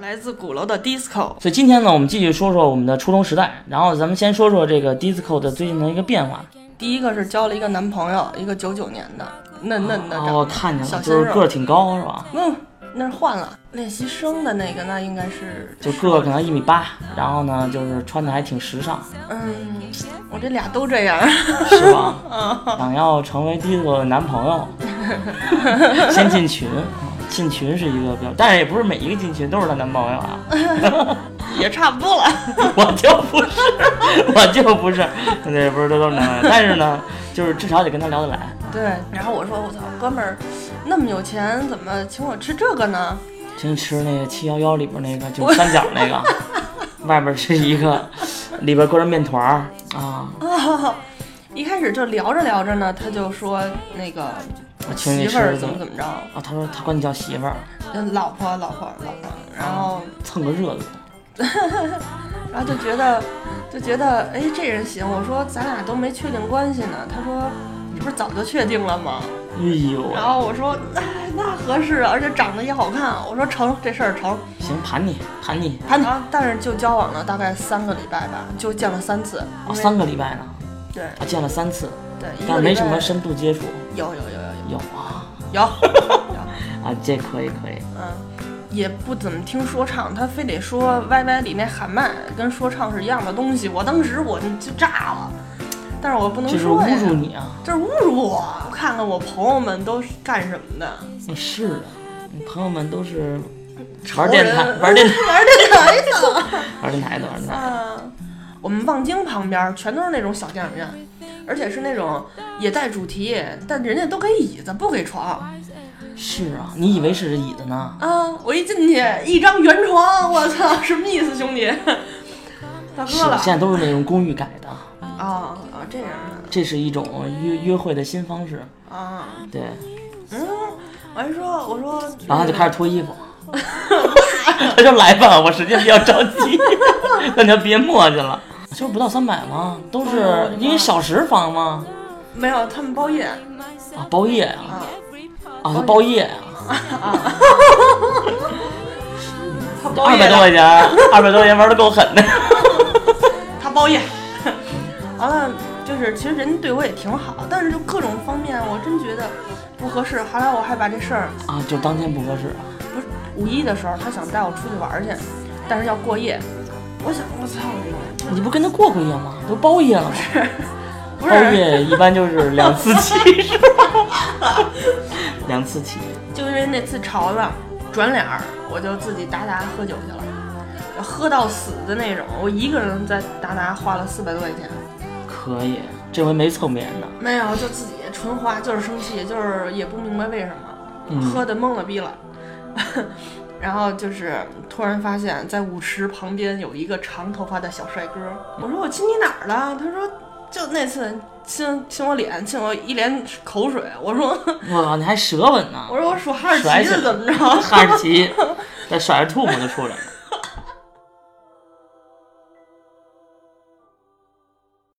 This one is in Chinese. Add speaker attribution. Speaker 1: 来自鼓楼的 disco。
Speaker 2: 所以今天呢，我们继续说说我们的初中时代，然后咱们先说说这个 disco 的最近的一个变化。
Speaker 1: 第一个是交了一个男朋友，一个九九年的，嫩嫩的，
Speaker 2: 哦，看见
Speaker 1: 小
Speaker 2: 了，
Speaker 1: 鲜
Speaker 2: 就是
Speaker 1: 肉
Speaker 2: 个儿挺高是吧？
Speaker 1: 嗯，那是换了练习生的那个，那应该是
Speaker 2: 就个儿可能一米八，然后呢，就是穿的还挺 时尚，
Speaker 1: 嗯，我这俩都这样，
Speaker 2: 是吧？
Speaker 1: 嗯
Speaker 2: 想要成为 disco 的男 朋友，先进群，啊进群是一个标，但是也不是每一个进群都是她男朋友啊。
Speaker 1: 也差不多了。
Speaker 2: 我就不是，我就不是，对，不是都都是男朋友，但是呢，就是至少得跟他聊得来。
Speaker 1: 对，然后我说我操，哥们儿那么有钱，怎么请我吃这个呢？
Speaker 2: 请吃那个七幺幺里边那个，就是三角那 个，外边是一个，里边搁着面团儿啊。
Speaker 1: 啊，一开始就聊着聊着呢，他就说那个
Speaker 2: 我请你
Speaker 1: 媳
Speaker 2: 吃
Speaker 1: 妇儿
Speaker 2: 的
Speaker 1: 怎么怎么着，
Speaker 2: 啊，他说他管你叫媳妇儿，
Speaker 1: 嗯，老婆老婆老婆，然后
Speaker 2: 蹭个热度。
Speaker 1: 然后就觉得就觉得哎这人行，我说咱俩都没确定关系呢，他说你不是早就确定了吗？
Speaker 2: 哎呦喂，
Speaker 1: 然后我说那、哎、那合适啊，而且长得也好看，我说成这事儿成，
Speaker 2: 行，盘你盘你
Speaker 1: 他然后但是就交往了大概三个礼拜吧，就见了三次，因
Speaker 2: 啊，
Speaker 1: 为
Speaker 2: 三个礼拜呢，
Speaker 1: 对
Speaker 2: 啊，见了三次，
Speaker 1: 对，一
Speaker 2: 但
Speaker 1: 个
Speaker 2: 是没
Speaker 1: 礼
Speaker 2: 什么
Speaker 1: 拜
Speaker 2: 深度接触。
Speaker 1: 有有有有有
Speaker 2: 有啊
Speaker 1: 有 有，
Speaker 2: 啊，这可以可以，
Speaker 1: 嗯，也不怎么听说唱，他非得说 YY 里那喊麦跟说唱是一样的东西，我当时我就炸了，但是我不能
Speaker 2: 这是
Speaker 1: 说呀
Speaker 2: 侮，辱你啊！
Speaker 1: 这是侮辱我！我看看我朋友们都是干什么的，
Speaker 2: 嗯是啊，你朋友们都是
Speaker 1: 潮
Speaker 2: 玩
Speaker 1: 人啊
Speaker 2: 电台，玩电台，
Speaker 1: 玩电台的。
Speaker 2: 玩电台的，玩电台的。
Speaker 1: 啊，我们望京旁边儿全都是那种小电影院，而且是那种也带主题，但人家都给椅子不给床
Speaker 2: 是啊，你以为是椅子呢？
Speaker 1: 啊！我一进去一张圆床，我操，什么意思，兄弟？大
Speaker 2: 是
Speaker 1: 哥了，
Speaker 2: 现在都是那种公寓改的，
Speaker 1: 啊啊，这样
Speaker 2: 这是一种约约会的新方式。
Speaker 1: 的啊，
Speaker 2: 对，
Speaker 1: 嗯，我还说我说，
Speaker 2: 然后他就开始脱 衣服，他说来吧，我时间比较着急， 那你就别磨叽了。就是不到三百吗？都是因为小时房吗？
Speaker 1: 没有，他们包夜
Speaker 2: 啊，包夜啊，
Speaker 1: 啊，
Speaker 2: 啊，他包夜啊，
Speaker 1: 他包
Speaker 2: 二
Speaker 1: 夜
Speaker 2: 百多块钱，二百多块钱玩的够狠的。
Speaker 1: 他包夜， 完了就是其实人对我也挺好，但是就各种方面我真觉得不合适，后来我还把这事儿
Speaker 2: 啊，就当天不合适啊。
Speaker 1: 不是五一的时候，他想带我出去玩儿去，但是要过夜。我想，我操，
Speaker 2: 你不跟他过过夜吗？都包夜了吗？
Speaker 1: 不
Speaker 2: 包
Speaker 1: 是，
Speaker 2: 夜一般就是两次起，是吧？两次起。
Speaker 1: 就因为那次吵了，转脸儿我就自己达达喝酒去了，喝到死的那种。我一个人在达达花了四百多块钱，
Speaker 2: 可以，这回没蹭别人的。
Speaker 1: 没有，就自己纯花，就是生气，就是也不明白为什么，喝的懵了逼了。然后就是突然发现，在舞池旁边有一个长头发的小帅哥。我说我亲你哪儿了？他说就那次亲亲我脸，亲我一脸口水。我说
Speaker 2: 我靠，你还舌吻呢
Speaker 1: 我？说我数哈士
Speaker 2: 甩
Speaker 1: 奇
Speaker 2: 起来
Speaker 1: 的怎么着？
Speaker 2: 哈士奇，再甩着吐沫就出来了。